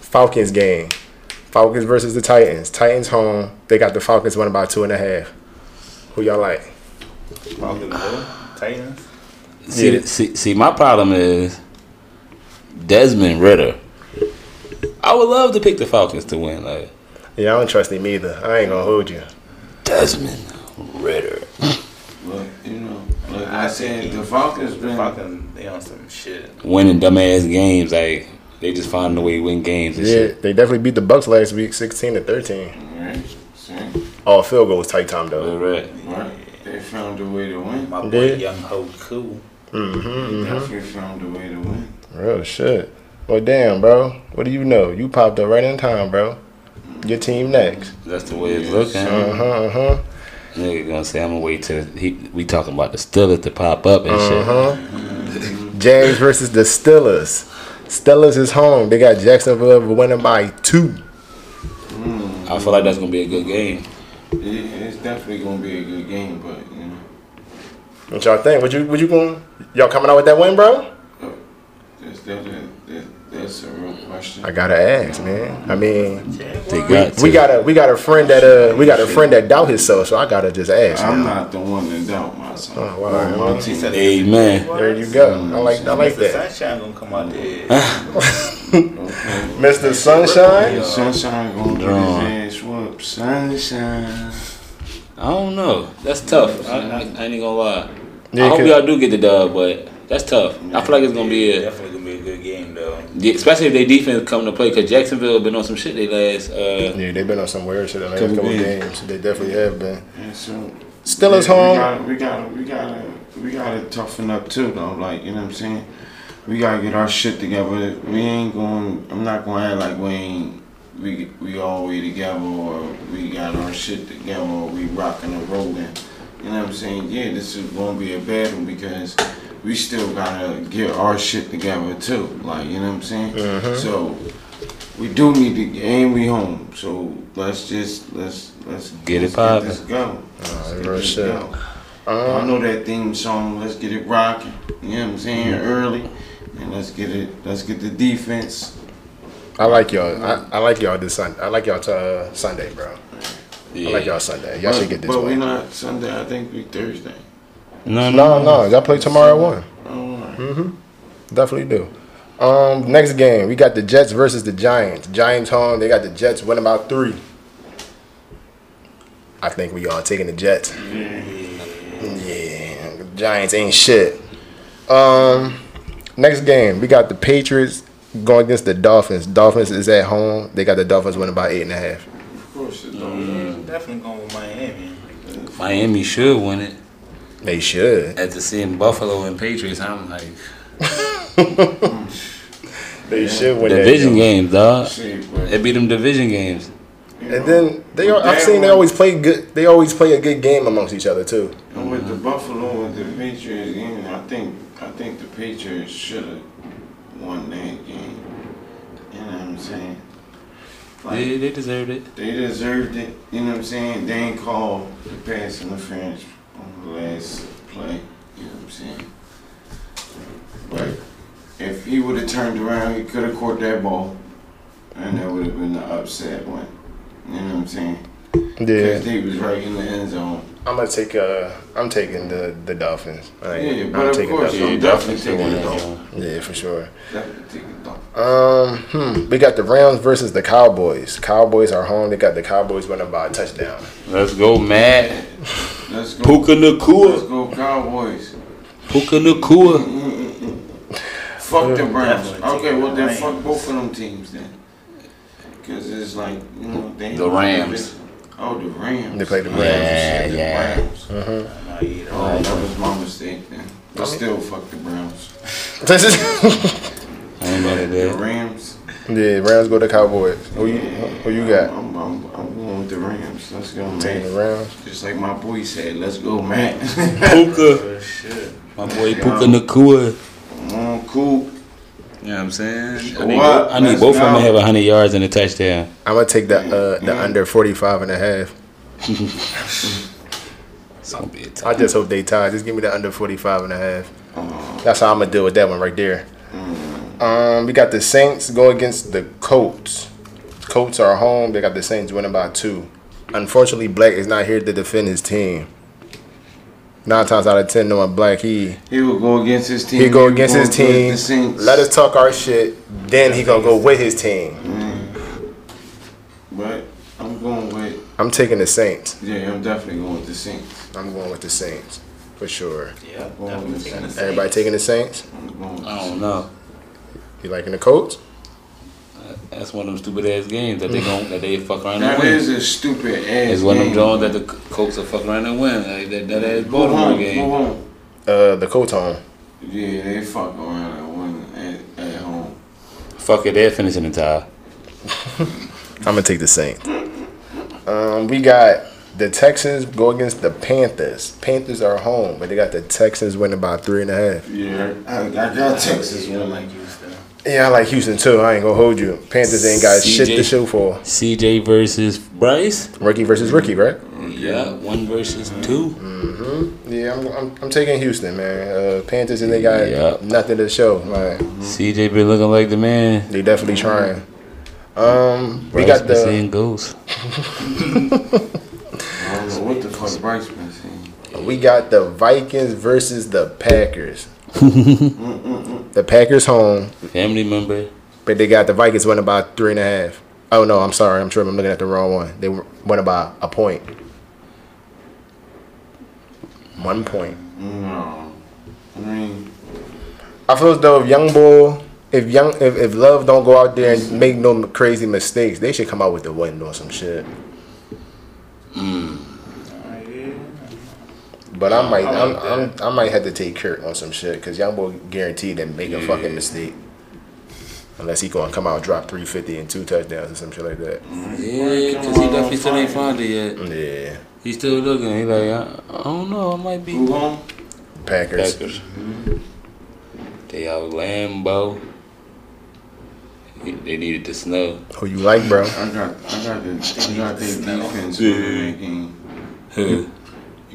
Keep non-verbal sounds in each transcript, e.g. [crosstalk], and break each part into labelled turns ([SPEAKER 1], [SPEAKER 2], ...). [SPEAKER 1] Falcons game. Falcons versus the Titans. Titans home. They got the Falcons winning by two and a half. Who y'all like?
[SPEAKER 2] Falcons, uh, Titans.
[SPEAKER 3] See,
[SPEAKER 1] Yeah.
[SPEAKER 3] see, see, my problem is Desmond Ritter. I would love to pick the Falcons to win. Like
[SPEAKER 1] Yeah, I don't trust him either. I ain't gonna hold you.
[SPEAKER 3] Desmond Ritter.
[SPEAKER 4] Look, you know, look, I said the Falcons been
[SPEAKER 2] Falcons, they on some shit.
[SPEAKER 3] Winning dumbass games, like they just finding a way to win games and
[SPEAKER 1] Yeah,
[SPEAKER 3] shit.
[SPEAKER 1] they definitely beat the Bucks last week, sixteen to thirteen.
[SPEAKER 4] right, see,
[SPEAKER 1] All Oh, field goals tight time though.
[SPEAKER 3] All right.
[SPEAKER 4] right. They found a way to win.
[SPEAKER 2] My boy,
[SPEAKER 1] Yeah.
[SPEAKER 2] Young Ho Cool.
[SPEAKER 4] They definitely found a way to win.
[SPEAKER 1] Real shit. Well, damn, bro. What do you know? You popped up right in time, bro. Your team next.
[SPEAKER 3] That's the way it's looking.
[SPEAKER 1] Uh huh. Uh huh.
[SPEAKER 3] Nigga gonna say I'm gonna wait till he, we talking about the Steelers to pop up and
[SPEAKER 1] Uh
[SPEAKER 3] shit.
[SPEAKER 1] huh. Jags versus the Steelers. Steelers is home. They got Jacksonville winning by two.
[SPEAKER 3] I feel like that's gonna be a good game.
[SPEAKER 4] It, it's definitely gonna be a good game, but you know,
[SPEAKER 1] What y'all think? Would you? Would you going? Y'all coming out with that win, bro?
[SPEAKER 4] that's definitely that, that's a real question.
[SPEAKER 1] I gotta ask, man. I mean,
[SPEAKER 3] They
[SPEAKER 1] we,
[SPEAKER 3] got
[SPEAKER 1] we
[SPEAKER 3] to.
[SPEAKER 1] got a we got a friend that uh we got a friend that doubt himself, so I gotta just ask.
[SPEAKER 4] I'm
[SPEAKER 1] man.
[SPEAKER 4] not the one to doubt myself.
[SPEAKER 1] Oh, wow.
[SPEAKER 4] Or my
[SPEAKER 2] He
[SPEAKER 4] team.
[SPEAKER 2] said
[SPEAKER 3] Amen.
[SPEAKER 1] There you go. I like I like
[SPEAKER 2] Mr.
[SPEAKER 1] that.
[SPEAKER 2] Sunshine gonna come out there.
[SPEAKER 1] Mr.
[SPEAKER 2] uh,
[SPEAKER 1] Sunshine.
[SPEAKER 4] Sunshine gonna get his ass whooped. Sunshine.
[SPEAKER 3] I don't know. That's tough. I, I, I ain't gonna lie.
[SPEAKER 1] Yeah,
[SPEAKER 3] I hope
[SPEAKER 1] 'cause-
[SPEAKER 3] y'all do get the dub, but that's tough. I feel like it's gonna be a
[SPEAKER 2] definitely gonna be a good game though.
[SPEAKER 3] Yeah, especially if they defense come to play, because Jacksonville been on some shit they last. Uh,
[SPEAKER 1] Yeah, they've been on some weird shit the last
[SPEAKER 4] Could've
[SPEAKER 1] couple
[SPEAKER 4] been.
[SPEAKER 1] games. They definitely have been.
[SPEAKER 4] And so
[SPEAKER 1] Steelers
[SPEAKER 4] Yeah,
[SPEAKER 1] home.
[SPEAKER 4] We gotta, we gotta, we gotta, we gotta toughen up too, though. Like you know what I'm saying. We gotta get our shit together. We ain't going. I'm not going to act like we ain't. We we all we together, or we got our shit together, or we rocking and rolling. You know what I'm saying? Yeah, this is gonna be a bad one because we still gotta get our shit together too. Like you know what I'm saying?
[SPEAKER 1] Mm-hmm.
[SPEAKER 4] So we do need to, and we home. So let's just let's let's
[SPEAKER 3] Get it
[SPEAKER 4] let's
[SPEAKER 3] poppin'.
[SPEAKER 4] this go. Let's get
[SPEAKER 1] real
[SPEAKER 4] this
[SPEAKER 1] shit.
[SPEAKER 4] go. I know that theme song. Let's get it rocking. You know what I'm saying?
[SPEAKER 1] Mm-hmm.
[SPEAKER 4] Early, and let's get it. Let's get the defense.
[SPEAKER 1] I like y'all. I, I like y'all this Sunday. I like y'all to, uh, Sunday, bro. I like
[SPEAKER 3] yeah.
[SPEAKER 1] y'all Sunday. Y'all
[SPEAKER 4] but,
[SPEAKER 1] should get this
[SPEAKER 4] But we
[SPEAKER 1] one.
[SPEAKER 4] not Sunday. I think we Thursday. Oh,
[SPEAKER 3] No,
[SPEAKER 1] No, no, y'all play tomorrow at one.
[SPEAKER 4] All right.
[SPEAKER 1] Definitely do. Um, next game we got the Jets versus the Giants. Giants home. They got the Jets winning by three. I think we all taking the Jets. Yeah, Giants ain't shit. Um, next game we got the Patriots going against the Dolphins. Dolphins is at home. They got the Dolphins winning by eight and a half.
[SPEAKER 4] Of course it's
[SPEAKER 1] Mm-hmm.
[SPEAKER 2] Definitely going with Miami.
[SPEAKER 3] Miami should win it.
[SPEAKER 1] They should.
[SPEAKER 3] After seeing Buffalo and Patriots, I'm like
[SPEAKER 1] They should win that
[SPEAKER 3] division
[SPEAKER 1] game.
[SPEAKER 3] games, dog.
[SPEAKER 4] See, but,
[SPEAKER 3] It be them division games.
[SPEAKER 4] you
[SPEAKER 1] And
[SPEAKER 4] know,
[SPEAKER 1] then they. Are, I've seen they always play good. They always play a good game amongst each other too.
[SPEAKER 4] and with the Buffalo with the Patriots game, I think I think the Patriots should have won that game. You know what I'm saying? Like,
[SPEAKER 3] They, they deserved it.
[SPEAKER 4] They deserved it. You know what I'm saying? They ain't called the pass interference on the last play. You know what I'm saying? But if he would have turned around, he could have caught that ball, and that would have been the upset one. You know what I'm saying?
[SPEAKER 1] Yeah.
[SPEAKER 4] Because they was right in the end zone.
[SPEAKER 1] I'm gonna take uh I'm taking the the Dolphins. I ain't-
[SPEAKER 4] Yeah,
[SPEAKER 1] I'm
[SPEAKER 4] but of
[SPEAKER 1] taking
[SPEAKER 4] course,
[SPEAKER 1] Dolphins.
[SPEAKER 4] I'm definitely taking it off.
[SPEAKER 1] Yeah, for sure.
[SPEAKER 4] Definitely taking it off.
[SPEAKER 1] Um, hmm, we got the Rams versus the Cowboys. Cowboys are home. They got the Cowboys winning by a touchdown. [laughs]
[SPEAKER 3] Let's go, Matt.
[SPEAKER 4] Let's go.
[SPEAKER 3] Puka
[SPEAKER 4] Let's
[SPEAKER 3] Nakua.
[SPEAKER 4] go, Cowboys.
[SPEAKER 3] Puka Nakua.
[SPEAKER 4] Fuck the Browns.
[SPEAKER 2] Definitely
[SPEAKER 4] Okay,
[SPEAKER 2] taking
[SPEAKER 4] well
[SPEAKER 2] the
[SPEAKER 4] then
[SPEAKER 2] Rams.
[SPEAKER 4] fuck both of them teams then. Cause it's like you know they
[SPEAKER 3] The Rams.
[SPEAKER 4] Oh, the Rams.
[SPEAKER 1] They play the Uh-huh.
[SPEAKER 4] Oh,
[SPEAKER 1] Rams.
[SPEAKER 3] Yeah,
[SPEAKER 4] shit, the
[SPEAKER 3] yeah.
[SPEAKER 4] Rams.
[SPEAKER 2] Nah, yeah, the
[SPEAKER 4] Oh, that was my mistake then. But still, fuck the Browns.
[SPEAKER 1] This is-
[SPEAKER 3] I ain't about to
[SPEAKER 4] The
[SPEAKER 3] do it.
[SPEAKER 4] Rams.
[SPEAKER 1] yeah, Rams go to Cowboys. Who you who you got?
[SPEAKER 4] I'm, I'm, I'm going with the Rams. Let's go,
[SPEAKER 1] Taking
[SPEAKER 4] man.
[SPEAKER 1] the Rams.
[SPEAKER 4] Just like my boy said, let's go, man. [laughs]
[SPEAKER 3] Puka.
[SPEAKER 2] Rams. Shit.
[SPEAKER 3] My boy Puka Nakua.
[SPEAKER 4] Mm, cool.
[SPEAKER 3] You know what I'm saying? I need,
[SPEAKER 4] What?
[SPEAKER 3] I need
[SPEAKER 4] Let's
[SPEAKER 3] both of them
[SPEAKER 4] go.
[SPEAKER 3] to have 100 yards and a touchdown.
[SPEAKER 1] I'm gonna take the uh the under 45 and a half.
[SPEAKER 3] It's gonna be a tough.
[SPEAKER 1] I just
[SPEAKER 4] Uh,
[SPEAKER 1] hope they tie. Just give me the under 45 and a half. That's how I'm gonna deal with that one right there. Um, we got the Saints go against the Colts. Colts are home. They got the Saints winning by two. Unfortunately, Black is not here to defend his team. Nine times out of ten, knowing Black, he
[SPEAKER 4] He will go against his team.
[SPEAKER 1] he go against his
[SPEAKER 4] go against the
[SPEAKER 1] team.
[SPEAKER 4] Saints.
[SPEAKER 1] Let us talk our shit. Then he gonna go with his team.
[SPEAKER 4] But I'm going with.
[SPEAKER 1] I'm taking the Saints.
[SPEAKER 4] Yeah, I'm definitely going with the Saints.
[SPEAKER 1] I'm going with the Saints for sure.
[SPEAKER 2] Yeah,
[SPEAKER 4] Oh,
[SPEAKER 2] definitely
[SPEAKER 4] listen.
[SPEAKER 2] taking the same.
[SPEAKER 1] Everybody taking the Saints.
[SPEAKER 4] I'm going with
[SPEAKER 3] I
[SPEAKER 4] the
[SPEAKER 3] don't know.
[SPEAKER 1] You liking the Colts?
[SPEAKER 3] That's one of them stupid ass games that they gon' that they fuck around and
[SPEAKER 4] That
[SPEAKER 3] win.
[SPEAKER 4] is a stupid ass.
[SPEAKER 3] It's one of
[SPEAKER 4] game.
[SPEAKER 3] them Jones that the Colts are fuck around and win. Like that that ass
[SPEAKER 4] Go
[SPEAKER 3] Baltimore
[SPEAKER 4] home,
[SPEAKER 3] game.
[SPEAKER 4] Go home.
[SPEAKER 1] Uh, the Colts home.
[SPEAKER 4] Yeah, they fuck around and win at, at home.
[SPEAKER 3] Fuck it, they're finishing the tie.
[SPEAKER 1] I'm gonna take the Saints. Um, we got the Texans go against the Panthers. Panthers are home, but they got the Texans winning by three and a half.
[SPEAKER 4] Yeah, I, I got Texas
[SPEAKER 2] Yeah,
[SPEAKER 4] one.
[SPEAKER 2] like Houston.
[SPEAKER 1] Yeah, I like Houston too. I ain't gonna hold you. Panthers ain't got
[SPEAKER 3] CJ.
[SPEAKER 1] shit to show for.
[SPEAKER 3] CJ versus Bryce.
[SPEAKER 1] Rookie versus rookie, right?
[SPEAKER 3] Yeah, one versus two.
[SPEAKER 1] Yeah, I'm, I'm, I'm taking Houston, man. Uh, Panthers and they got
[SPEAKER 3] Yeah.
[SPEAKER 1] nothing to show. Like
[SPEAKER 3] CJ been looking like the man.
[SPEAKER 1] they definitely trying. Um, we
[SPEAKER 3] Bryce
[SPEAKER 1] got
[SPEAKER 3] been
[SPEAKER 1] the
[SPEAKER 3] seeing ghosts.
[SPEAKER 4] I don't know what the fuck Bryce been saying.
[SPEAKER 1] we got the Vikings versus the Packers. [laughs] the Packers home.
[SPEAKER 3] Family member.
[SPEAKER 1] But they got the Vikings winning by three and a half. Oh no, I'm sorry, I'm tripping. I'm looking at the wrong one. They won by a point. One point.
[SPEAKER 4] No, I mean
[SPEAKER 1] I feel as though if Young Bull, if Young, if, if Love don't go out there and make no crazy mistakes, they should come out with the win or some shit.
[SPEAKER 2] Alright, yeah.
[SPEAKER 1] But I might, I'm, I'm, I might have to take Kirk on some shit because Young Bull guaranteed to make a fucking mistake. Unless he gonna come out and drop 350 and two touchdowns or some shit like that.
[SPEAKER 3] Yeah, because he definitely still ain't found it yet.
[SPEAKER 1] Yeah,
[SPEAKER 3] He's still looking. He like, I, I don't know, I might be.
[SPEAKER 4] who home?
[SPEAKER 1] Packers.
[SPEAKER 3] Packers. They out Lambo. They needed the snow.
[SPEAKER 1] Who you like, bro?
[SPEAKER 4] I got, I got the, I got the defense for that game.
[SPEAKER 3] Who?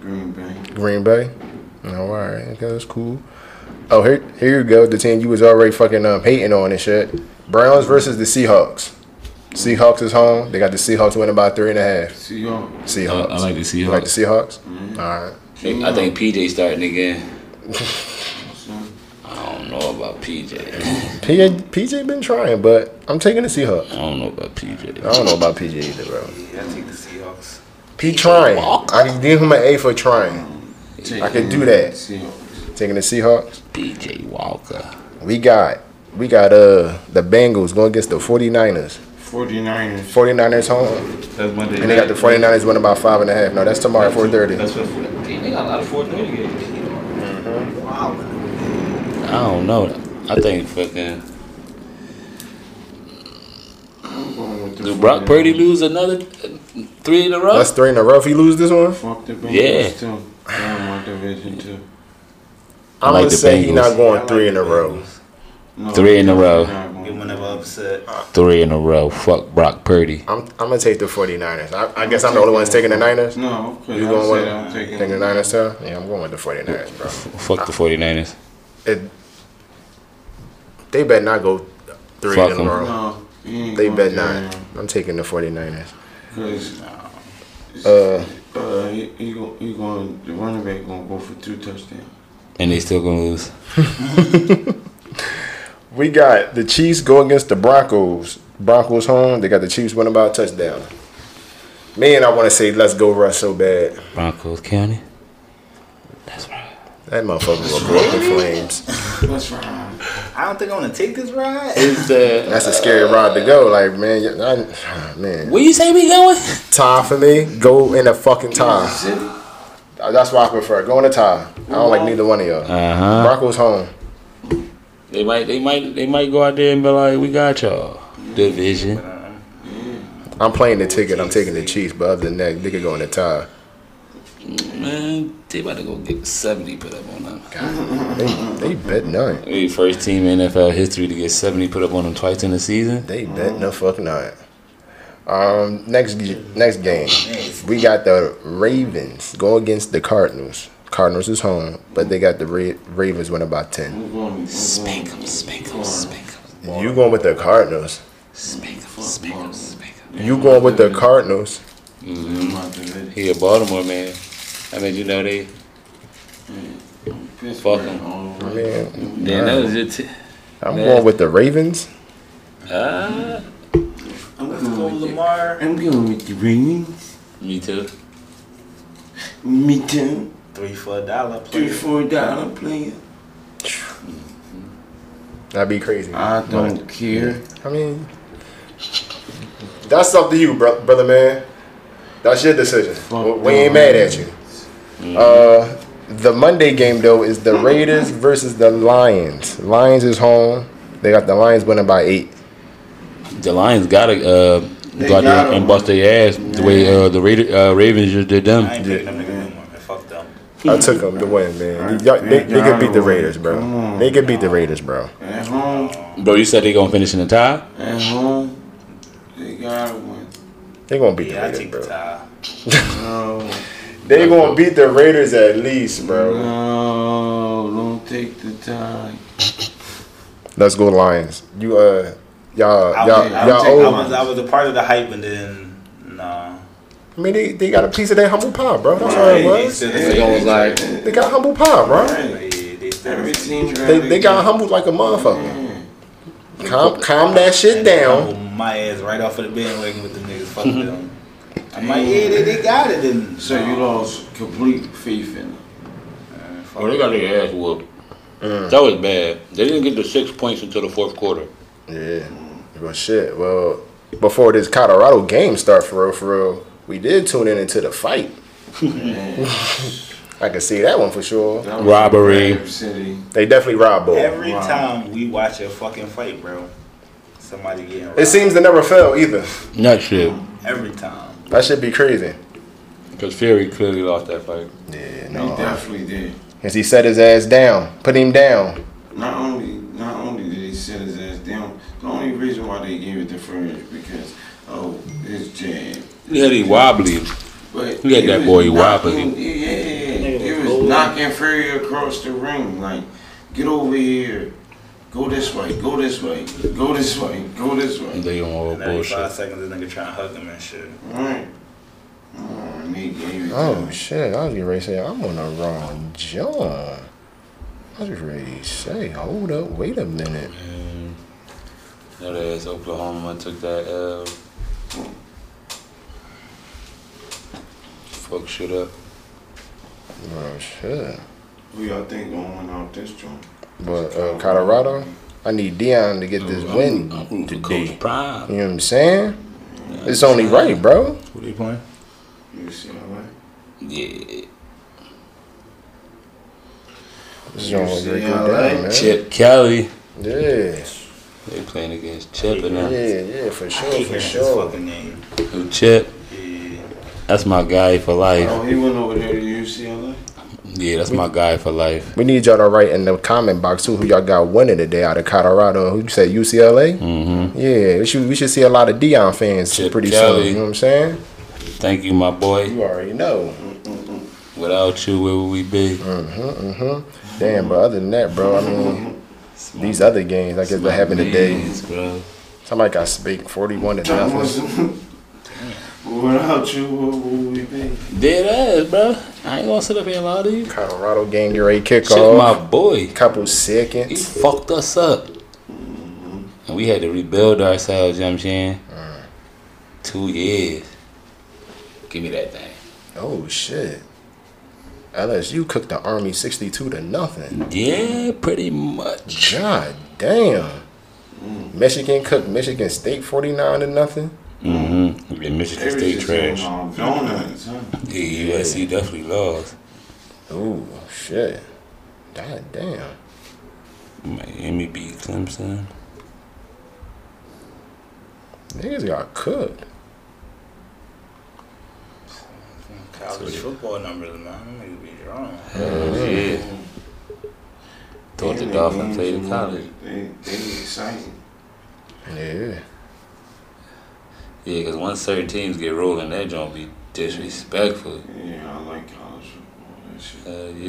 [SPEAKER 4] Green Bay.
[SPEAKER 1] Green Bay. No, all right, okay, that's cool. Oh, here, here you go. The team you was already fucking um, hating on and shit. Browns versus the Seahawks. Seahawks is home. They got the Seahawks winning by three and a half.
[SPEAKER 4] See y'all.
[SPEAKER 1] Seahawks.
[SPEAKER 3] I- I like the
[SPEAKER 1] You like the Seahawks?
[SPEAKER 4] Mhm.
[SPEAKER 1] All right.
[SPEAKER 3] They- I think PJ starting again.
[SPEAKER 4] So-
[SPEAKER 3] I don't know about [laughs] PJ.
[SPEAKER 1] PJ, PJ been trying, but I'm taking the
[SPEAKER 3] I
[SPEAKER 1] Seahawks.
[SPEAKER 3] don't know about PJ.
[SPEAKER 1] I don't know about PJ either, bro.
[SPEAKER 2] Yeah, I take the Seahawks.
[SPEAKER 1] P trying. I can give him an A for trying. I can do that.
[SPEAKER 4] Seahawks.
[SPEAKER 1] Taking the Seahawks.
[SPEAKER 3] PJ Walker.
[SPEAKER 1] We got we got uh the Bengals going against the 49ers.
[SPEAKER 4] 49ers.
[SPEAKER 1] 49ers home.
[SPEAKER 5] That's Monday.
[SPEAKER 1] And they got the 49ers winning by five and a half. No, that's tomorrow at 4:30.
[SPEAKER 5] That's what.
[SPEAKER 3] They got a lot of 430 games.
[SPEAKER 2] Wow.
[SPEAKER 3] I don't know. I think fucking.
[SPEAKER 4] I'm going with the
[SPEAKER 3] Do Brock
[SPEAKER 4] 49ers.
[SPEAKER 3] Purdy lose another uh, three in a row?
[SPEAKER 1] That's three in a row. If he lose this one,
[SPEAKER 4] Fuck the Bengals
[SPEAKER 3] Yeah.
[SPEAKER 4] too. I don't want division too.
[SPEAKER 1] I'm
[SPEAKER 3] like
[SPEAKER 1] gonna
[SPEAKER 3] the
[SPEAKER 1] say he
[SPEAKER 3] Bengals.
[SPEAKER 1] not going
[SPEAKER 2] I like
[SPEAKER 1] three in
[SPEAKER 2] the
[SPEAKER 1] a row.
[SPEAKER 2] Bengals.
[SPEAKER 4] No,
[SPEAKER 3] Three in a row.
[SPEAKER 4] not going.
[SPEAKER 2] Give them another upset.
[SPEAKER 3] three in a row. Fuck Brock Purdy.
[SPEAKER 1] I'm, I'm gonna take the 49ers. I, I guess I'm the only one that's taking the Niners.
[SPEAKER 4] No, because
[SPEAKER 1] You
[SPEAKER 4] I
[SPEAKER 1] going
[SPEAKER 4] said
[SPEAKER 1] with-
[SPEAKER 4] I'm taking.
[SPEAKER 1] Taking the Niners too. Yeah, I'm going with the 49ers, bro.
[SPEAKER 3] Fuck the 49ers.
[SPEAKER 1] It, they better not go three
[SPEAKER 3] Fuck
[SPEAKER 1] in a
[SPEAKER 3] 'em.
[SPEAKER 1] row.
[SPEAKER 4] No, he ain't
[SPEAKER 1] They
[SPEAKER 4] going
[SPEAKER 1] bet
[SPEAKER 4] to
[SPEAKER 1] not.
[SPEAKER 4] Atlanta,
[SPEAKER 1] I'm taking the 49ers.
[SPEAKER 4] 'cause,
[SPEAKER 1] Uh,
[SPEAKER 4] uh, he, he, go- he going. The running back going to go for two touchdowns.
[SPEAKER 3] And they still gonna lose.
[SPEAKER 1] we got the Chiefs go against the Broncos. Broncos home. They got the Chiefs winning by a touchdown. Man, I want to say let's go Russ so bad.
[SPEAKER 3] Broncos County. That's right.
[SPEAKER 1] That motherfucker will blow up in flames.
[SPEAKER 4] That's right.
[SPEAKER 2] I don't think I'm gonna take this ride.
[SPEAKER 3] Is the
[SPEAKER 1] That's a scary ride to go. Like man, y- I, [sighs] man.
[SPEAKER 3] where you say we going?
[SPEAKER 1] Tie for me, go in a fucking tie.
[SPEAKER 4] City.
[SPEAKER 1] That's what I prefer. Go in a tie. I don't like neither one of y'all.
[SPEAKER 3] Uh huh.
[SPEAKER 1] Broncos home.
[SPEAKER 3] They might, they might, they might go out there and be like, "We got y'all." Division.
[SPEAKER 1] I'm playing the ticket. I'm taking the Chiefs, but other than that, they could go in a tie.
[SPEAKER 3] Man, they about to go get seventy put up on them.
[SPEAKER 1] They, they bet none.
[SPEAKER 3] We first team in NFL history to get seventy put up on them twice in the season.
[SPEAKER 1] They bet no fuck not. Um, next g- next game, we got the Ravens go against the Cardinals. Cardinals is home, but they got the Ra- Ravens winning by ten.
[SPEAKER 4] I'm going. I'm going.
[SPEAKER 3] Spank 'em, spank 'em, spank 'em.
[SPEAKER 1] You going with the Cardinals?
[SPEAKER 3] Speak up, speak up, speak up.
[SPEAKER 1] You going with the Cardinals?
[SPEAKER 4] I'm out the video.
[SPEAKER 3] Mm-hmm. He a Baltimore man. I mean, you know they.
[SPEAKER 4] Pittsburgh
[SPEAKER 3] him.
[SPEAKER 4] all the
[SPEAKER 1] I
[SPEAKER 4] way.
[SPEAKER 1] mean,
[SPEAKER 3] Then that was your. T-
[SPEAKER 1] I'm going with the Ravens.
[SPEAKER 3] ah,
[SPEAKER 2] I'm gonna go
[SPEAKER 1] Mm-hmm.
[SPEAKER 2] with Lamar.
[SPEAKER 4] I'm going with the Ravens.
[SPEAKER 3] me too.
[SPEAKER 4] Me too.
[SPEAKER 2] Three for a dollar. play.
[SPEAKER 4] Three, four dollar player.
[SPEAKER 1] That'd be crazy.
[SPEAKER 2] Uh,
[SPEAKER 4] I don't care.
[SPEAKER 1] I mean, that's up to you, bro- brother man. That's your decision. We- we ain't mad at you. Uh, the Monday game though is the Raiders versus the Lions. Lions is home. They got the Lions winning by eight.
[SPEAKER 3] The Lions gotta uh, go out
[SPEAKER 4] gotta
[SPEAKER 3] there and
[SPEAKER 4] win.
[SPEAKER 3] bust their ass the way uh, the Raider, uh, Ravens just did
[SPEAKER 2] I
[SPEAKER 3] them.
[SPEAKER 2] ain't picking them niggas anymore. man. Fuck them.
[SPEAKER 1] I took them to win, man. Y'all- they, they could beat the Raiders, bro. They could beat the Raiders, bro.
[SPEAKER 4] At home,
[SPEAKER 3] Bro, you said they gonna finish in the tie?
[SPEAKER 4] at home, they gotta win.
[SPEAKER 1] They gonna beat the
[SPEAKER 2] Yeah, I
[SPEAKER 1] Raiders,
[SPEAKER 2] take the
[SPEAKER 1] bro.
[SPEAKER 2] tie.
[SPEAKER 4] No,
[SPEAKER 1] They gonna beat the Raiders at least, bro.
[SPEAKER 4] no, don't take the time.
[SPEAKER 1] Let's go Lions. You uh, y'all
[SPEAKER 2] I,
[SPEAKER 1] y'all
[SPEAKER 2] was, I,
[SPEAKER 1] y'all
[SPEAKER 2] was, I, was,
[SPEAKER 1] old.
[SPEAKER 2] I was a part of the hype and then nah.
[SPEAKER 1] I mean, they, they got a piece of their humble pie, bro. That's all it
[SPEAKER 2] They- they
[SPEAKER 1] was.
[SPEAKER 2] said-
[SPEAKER 4] Hey,
[SPEAKER 2] they-
[SPEAKER 3] like
[SPEAKER 1] They got humble pie, bro.
[SPEAKER 4] Right.
[SPEAKER 2] they said-
[SPEAKER 4] Every team
[SPEAKER 1] They, they got humbled like a motherfucker.
[SPEAKER 4] Yeah.
[SPEAKER 1] Calm, calm that shit
[SPEAKER 2] I
[SPEAKER 1] down.
[SPEAKER 2] pulled my ass right off of the bandwagon with the niggas. Fuck them. I'm like, yeah, they, they got it. And
[SPEAKER 4] So you lost complete faith in them.
[SPEAKER 3] Bro, Oh, they got their ass whooped. That was bad. They didn't get the six points until the fourth quarter.
[SPEAKER 1] Yeah. Well, shit. Well, before this Colorado game start, for real, for real, we did tune in into the fight.
[SPEAKER 4] Mm.
[SPEAKER 1] I can see that one for sure.
[SPEAKER 4] That was
[SPEAKER 3] Robbery.
[SPEAKER 4] Grave City.
[SPEAKER 1] They definitely robbed Bull.
[SPEAKER 2] every
[SPEAKER 4] Wow.
[SPEAKER 2] time we watch a fucking fight, bro, somebody getting robbed.
[SPEAKER 1] It seems to never fail either.
[SPEAKER 3] Not shit.
[SPEAKER 2] every time.
[SPEAKER 1] That should be crazy.
[SPEAKER 3] Because Fury clearly lost that fight.
[SPEAKER 1] Yeah,
[SPEAKER 4] They definitely did.
[SPEAKER 1] Cause he set his ass down, put him down.
[SPEAKER 4] Not only not only did he set his ass down, the only reason why they gave it to Fury is because oh his jab.
[SPEAKER 3] He had he wobbly.
[SPEAKER 4] But
[SPEAKER 3] Look at
[SPEAKER 4] he
[SPEAKER 3] that
[SPEAKER 4] was
[SPEAKER 3] boy whopping.
[SPEAKER 4] knocking- Yeah, yeah, yeah.
[SPEAKER 2] Nigga
[SPEAKER 4] He
[SPEAKER 2] was
[SPEAKER 4] was
[SPEAKER 2] golden.
[SPEAKER 4] knocking Fury across the ring. Like, get over here. Go this way. Go this way. Go this way. Go this way.
[SPEAKER 3] They on all
[SPEAKER 2] And every five
[SPEAKER 3] Oh, bullshit.
[SPEAKER 2] seconds, this nigga trying to hug him and shit.
[SPEAKER 4] Right. Oh, and they gave it to
[SPEAKER 1] Oh
[SPEAKER 4] him.
[SPEAKER 1] shit! I was getting ready to say I'm on the wrong John. I was ready to say, hold up, wait a minute.
[SPEAKER 3] And That ass Oklahoma took that L. Fuck shit up.
[SPEAKER 1] Oh shit!
[SPEAKER 4] Who y'all think gonna win out this joint?
[SPEAKER 1] But uh, Colorado, I need Dion to get this win
[SPEAKER 3] Oh, I'm rooting for
[SPEAKER 1] today.
[SPEAKER 3] Coach Prime.
[SPEAKER 1] You know what I'm saying? It's only right, bro.
[SPEAKER 2] Who they playing?
[SPEAKER 4] UCLA.
[SPEAKER 3] Yeah.
[SPEAKER 1] This joint was breaking down, man.
[SPEAKER 3] Chip Kelly.
[SPEAKER 1] Yeah,
[SPEAKER 3] They playing against Chip and
[SPEAKER 1] yeah,
[SPEAKER 3] them.
[SPEAKER 1] yeah, for
[SPEAKER 2] I
[SPEAKER 1] sure,
[SPEAKER 2] hate
[SPEAKER 1] for
[SPEAKER 2] hearing his
[SPEAKER 1] sure.
[SPEAKER 2] fucking name.
[SPEAKER 3] Who Chip?
[SPEAKER 2] Yeah.
[SPEAKER 3] That's my guy for life.
[SPEAKER 4] Oh, he went over there to UCLA.
[SPEAKER 3] Yeah, that's my guy for life.
[SPEAKER 1] We need y'all to write in the comment box too who y'all got winning today out of Colorado. Who you said UCLA?
[SPEAKER 3] Mm-hmm.
[SPEAKER 1] Yeah, we should we should see a lot of Dion fans
[SPEAKER 3] Chip
[SPEAKER 1] pretty
[SPEAKER 3] Kelly.
[SPEAKER 1] soon. You know what I'm saying?
[SPEAKER 3] Thank you, my boy.
[SPEAKER 1] You already know.
[SPEAKER 3] Without you, where would we be?
[SPEAKER 1] Mm-hmm, mm-hmm. Damn, but other than that, bro, I mean, these other games, I guess, that happened today.
[SPEAKER 3] Yes, bro.
[SPEAKER 1] Somebody got speak 41 to
[SPEAKER 4] That
[SPEAKER 1] nothing.
[SPEAKER 4] was. [laughs] Without you, what would we be?
[SPEAKER 3] Dead ass, bro. I ain't gonna sit up here and lie to you.
[SPEAKER 1] Colorado game, your eight
[SPEAKER 3] Chip, my
[SPEAKER 1] kickoff.
[SPEAKER 3] boy.
[SPEAKER 1] Couple
[SPEAKER 3] He
[SPEAKER 1] seconds.
[SPEAKER 3] fucked us up. And we had to rebuild ourselves, you know what I'm saying? Two years. Give me that thing.
[SPEAKER 1] Oh, shit. LSU cooked the Army 62 to nothing.
[SPEAKER 3] Yeah, pretty much.
[SPEAKER 1] God damn. Michigan cooked Michigan State 49 to nothing.
[SPEAKER 3] Mm-hmm. Michigan
[SPEAKER 4] Fury
[SPEAKER 3] State
[SPEAKER 4] just eating
[SPEAKER 3] trash.
[SPEAKER 4] all Donuts, huh?
[SPEAKER 3] Yeah, USC definitely lost.
[SPEAKER 1] Ooh, shit. God damn.
[SPEAKER 3] Miami beat Clemson.
[SPEAKER 1] Niggas got cooked.
[SPEAKER 2] College football numbers, man. Them niggas be wrong.
[SPEAKER 3] Yeah. Thought the
[SPEAKER 4] And they
[SPEAKER 3] Dolphins
[SPEAKER 4] games
[SPEAKER 3] played in
[SPEAKER 4] and
[SPEAKER 3] college.
[SPEAKER 4] They, they exciting.
[SPEAKER 1] Yeah.
[SPEAKER 3] Yeah, because once certain teams get rolling, that don't be disrespectful.
[SPEAKER 4] Yeah, I like college football. That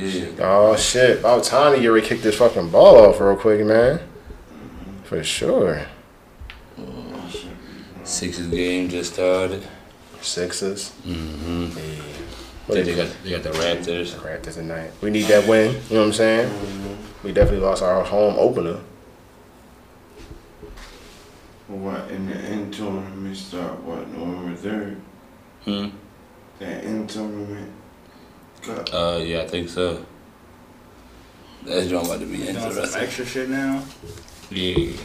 [SPEAKER 4] shit.
[SPEAKER 3] Uh, yeah.
[SPEAKER 1] Oh shit! About time to get ready to kick this fucking ball off real quick, man. For sure.
[SPEAKER 3] Sixers game just started.
[SPEAKER 1] Sixes.
[SPEAKER 3] Mm-hmm.
[SPEAKER 1] Yeah.
[SPEAKER 3] They, they got they got the Raptors.
[SPEAKER 1] Raptors tonight. We need that win. You know what I'm saying? We definitely lost our home opener.
[SPEAKER 4] What in the end tournament start? What November third?
[SPEAKER 3] Hmm.
[SPEAKER 4] That end tournament. Got
[SPEAKER 3] Uh, yeah, I think so. That's John about to be
[SPEAKER 2] You doing some
[SPEAKER 3] interesting.
[SPEAKER 2] extra shit now?
[SPEAKER 3] Yeah,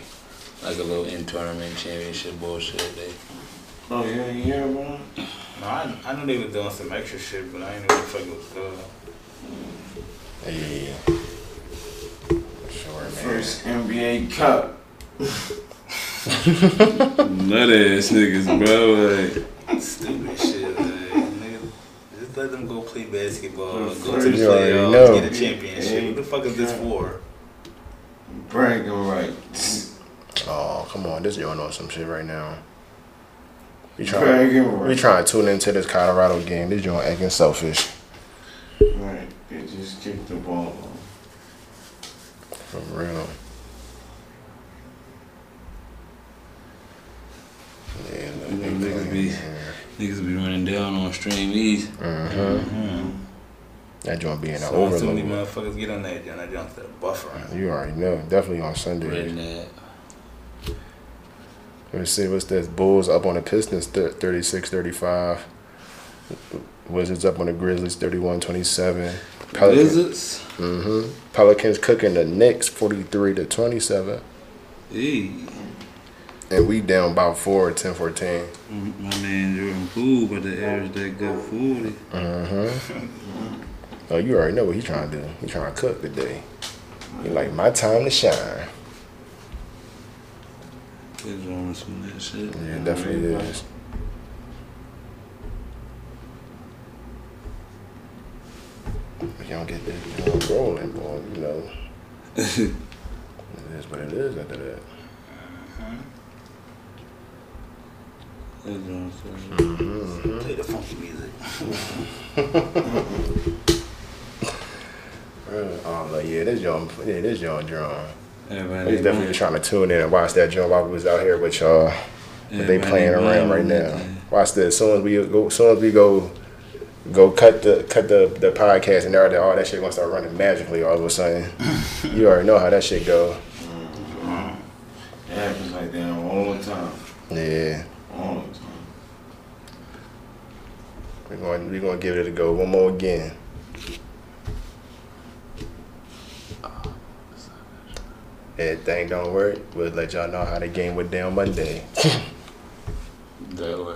[SPEAKER 3] like a little in tournament championship bullshit. They,
[SPEAKER 4] oh yeah, yeah, bro.
[SPEAKER 2] No, I, I knew they were doing some extra shit, but I didn't know what the fuck it was doing.
[SPEAKER 1] Yeah. For sure, man.
[SPEAKER 4] First NBA Cup. Nut ass niggas, bro.
[SPEAKER 2] Stupid shit, like, nigga. Just let them go play basketball, go to the
[SPEAKER 1] You already
[SPEAKER 2] playoffs,
[SPEAKER 1] know.
[SPEAKER 2] get a championship. What the fuck is this for?
[SPEAKER 4] Like bragging rights.
[SPEAKER 1] Oh, come on. This y'all know some shit right now. We trying,
[SPEAKER 4] Bragging
[SPEAKER 1] we
[SPEAKER 4] rights.
[SPEAKER 1] trying to tune into this Colorado game. This joint acting selfish.
[SPEAKER 4] Right. They just kicked the ball.
[SPEAKER 1] For real. Yeah,
[SPEAKER 3] Them niggas be- niggas be running down on stream east.
[SPEAKER 1] Mm-hmm.
[SPEAKER 2] Mm-hmm.
[SPEAKER 1] That joint be in the
[SPEAKER 2] So too many
[SPEAKER 1] overload. Mm-hmm.
[SPEAKER 2] motherfuckers get on that, John. I jumped to the buffering.
[SPEAKER 1] You already know. Definitely on Sunday.
[SPEAKER 3] Reading that.
[SPEAKER 1] Let me see what's this. Bulls up on the Pistons th- 36 35. Wizards up on the Grizzlies 31 27. Pelicans,
[SPEAKER 3] Wizards.
[SPEAKER 1] hmm Pelicans cooking the Knicks 43 to 27.
[SPEAKER 3] Hey.
[SPEAKER 1] And we down by four, 10 14.
[SPEAKER 3] My man Jordan Poole, but the average that got 40.
[SPEAKER 1] Mm-hmm. Oh, you already know what he trying to do. He trying to cook today. He like, my time to shine.
[SPEAKER 3] Kids on some of that shit.
[SPEAKER 1] Yeah, it definitely is. If y'all get this y'all rolling, boy, you know. it is what it is after that.
[SPEAKER 3] Kids on some
[SPEAKER 1] Hmm.
[SPEAKER 2] Play the funky music.
[SPEAKER 1] Really? Oh, no, yeah, this y'all, yeah, this y'all drum. I
[SPEAKER 3] Everybody
[SPEAKER 1] was definitely trying to tune in and watch that drum while we was out here with y'all. But they
[SPEAKER 3] everybody
[SPEAKER 1] playing around right
[SPEAKER 3] mind
[SPEAKER 1] now.
[SPEAKER 3] everything.
[SPEAKER 1] Watch this. Soon as we go, soon as we go, go cut the cut the the podcast and everything, all that shit gonna start running magically all of a sudden. you already know how that shit go.
[SPEAKER 4] Mm-hmm. It happens like that all the time.
[SPEAKER 1] Yeah,
[SPEAKER 4] All the time.
[SPEAKER 1] we're going we're going to give it a go one more again. Everything don't work. We'll let y'all know how the game went down Monday.
[SPEAKER 3] [laughs] That way.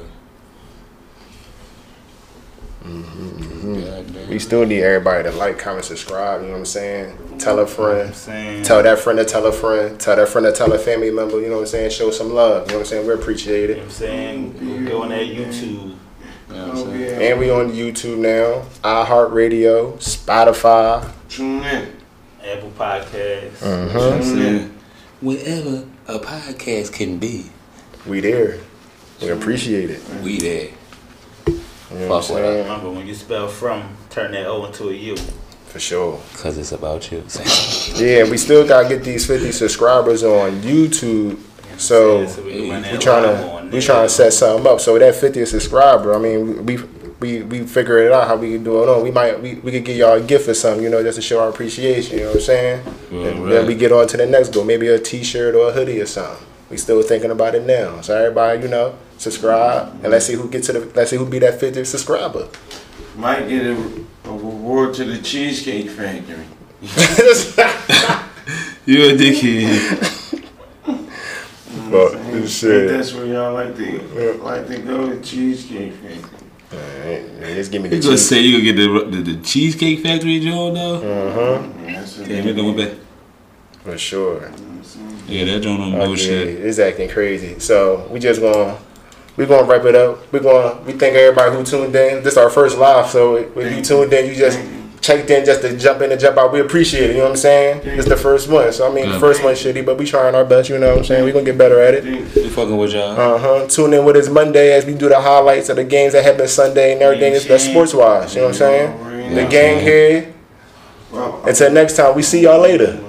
[SPEAKER 3] Goddamn.
[SPEAKER 1] Mm-hmm, We still need everybody to like, comment, subscribe. You know what I'm saying? Tell a friend.
[SPEAKER 2] I'm saying.
[SPEAKER 1] Tell that friend to tell a friend. Tell that friend to tell a family member. You know what I'm saying? Show some love. You know what I'm saying? We appreciate
[SPEAKER 2] You know what
[SPEAKER 1] it.
[SPEAKER 2] I'm saying? Go on that YouTube.
[SPEAKER 3] You know what I'm saying?
[SPEAKER 4] Oh, yeah.
[SPEAKER 1] And we on YouTube now. iHeartRadio, Spotify.
[SPEAKER 4] Tune in.
[SPEAKER 2] Apple Podcasts.
[SPEAKER 3] Mm-hmm.
[SPEAKER 1] Mhm.
[SPEAKER 4] Tune in.
[SPEAKER 3] Wherever a podcast can be,
[SPEAKER 1] We there. We appreciate it.
[SPEAKER 3] we there.
[SPEAKER 1] You know what I'm
[SPEAKER 3] Fuck with it.
[SPEAKER 1] saying?
[SPEAKER 2] Remember, when you spell from, turn that O into a U.
[SPEAKER 1] For sure.
[SPEAKER 3] Because it's about you. [laughs]
[SPEAKER 1] Yeah, we still gotta get these 50 subscribers on YouTube. So
[SPEAKER 3] we
[SPEAKER 2] we
[SPEAKER 1] we trying to we trying to set something up. So that 50th subscriber, I mean, we we we figure it out how we can do it on. We might we, we could give y'all a gift or something, you know, just to show our appreciation. You know what I'm saying? and
[SPEAKER 3] Alright.
[SPEAKER 1] then we get on to the next goal, maybe a T-shirt or a hoodie or something. We still thinking about it now. So everybody, you know, subscribe and let's see who get to the let's see who be that 50th subscriber. [laughs]
[SPEAKER 4] Might get a, a reward to the Cheesecake Factory.
[SPEAKER 3] You're a
[SPEAKER 1] [laughs]
[SPEAKER 3] dickhead.
[SPEAKER 1] But
[SPEAKER 4] Saying,
[SPEAKER 1] this shit.
[SPEAKER 4] That's where y'all like to like to go to Cheesecake Factory.
[SPEAKER 1] All right, man, just give me the
[SPEAKER 3] You gonna
[SPEAKER 1] cheese.
[SPEAKER 3] say you gonna get the, the, the Cheesecake Factory joint though?
[SPEAKER 1] Uh-huh,
[SPEAKER 4] That's what
[SPEAKER 3] Yeah,
[SPEAKER 4] they
[SPEAKER 3] we going
[SPEAKER 4] do.
[SPEAKER 3] back.
[SPEAKER 1] for sure.
[SPEAKER 3] Yeah, that joint on
[SPEAKER 1] Okay,
[SPEAKER 3] bullshit.
[SPEAKER 1] It's acting crazy. So we just gonna we gonna wrap it up. We gonna we thank everybody who tuned in. This our first live, so if you tuned in, you just checked in just to jump in and jump out. We appreciate it. You know what I'm saying? It's the first one, so I mean, the
[SPEAKER 3] Good.
[SPEAKER 1] first one shitty, but we trying our best. You know what I'm saying? We gonna get better at it.
[SPEAKER 3] We fucking with y'all.
[SPEAKER 1] Uh huh. Tune in with us Monday as we do the highlights of the games that happened Sunday and everything. It's the sports wise. You know what I'm saying? The gang here.
[SPEAKER 4] Well,
[SPEAKER 1] Until next time, we see y'all later.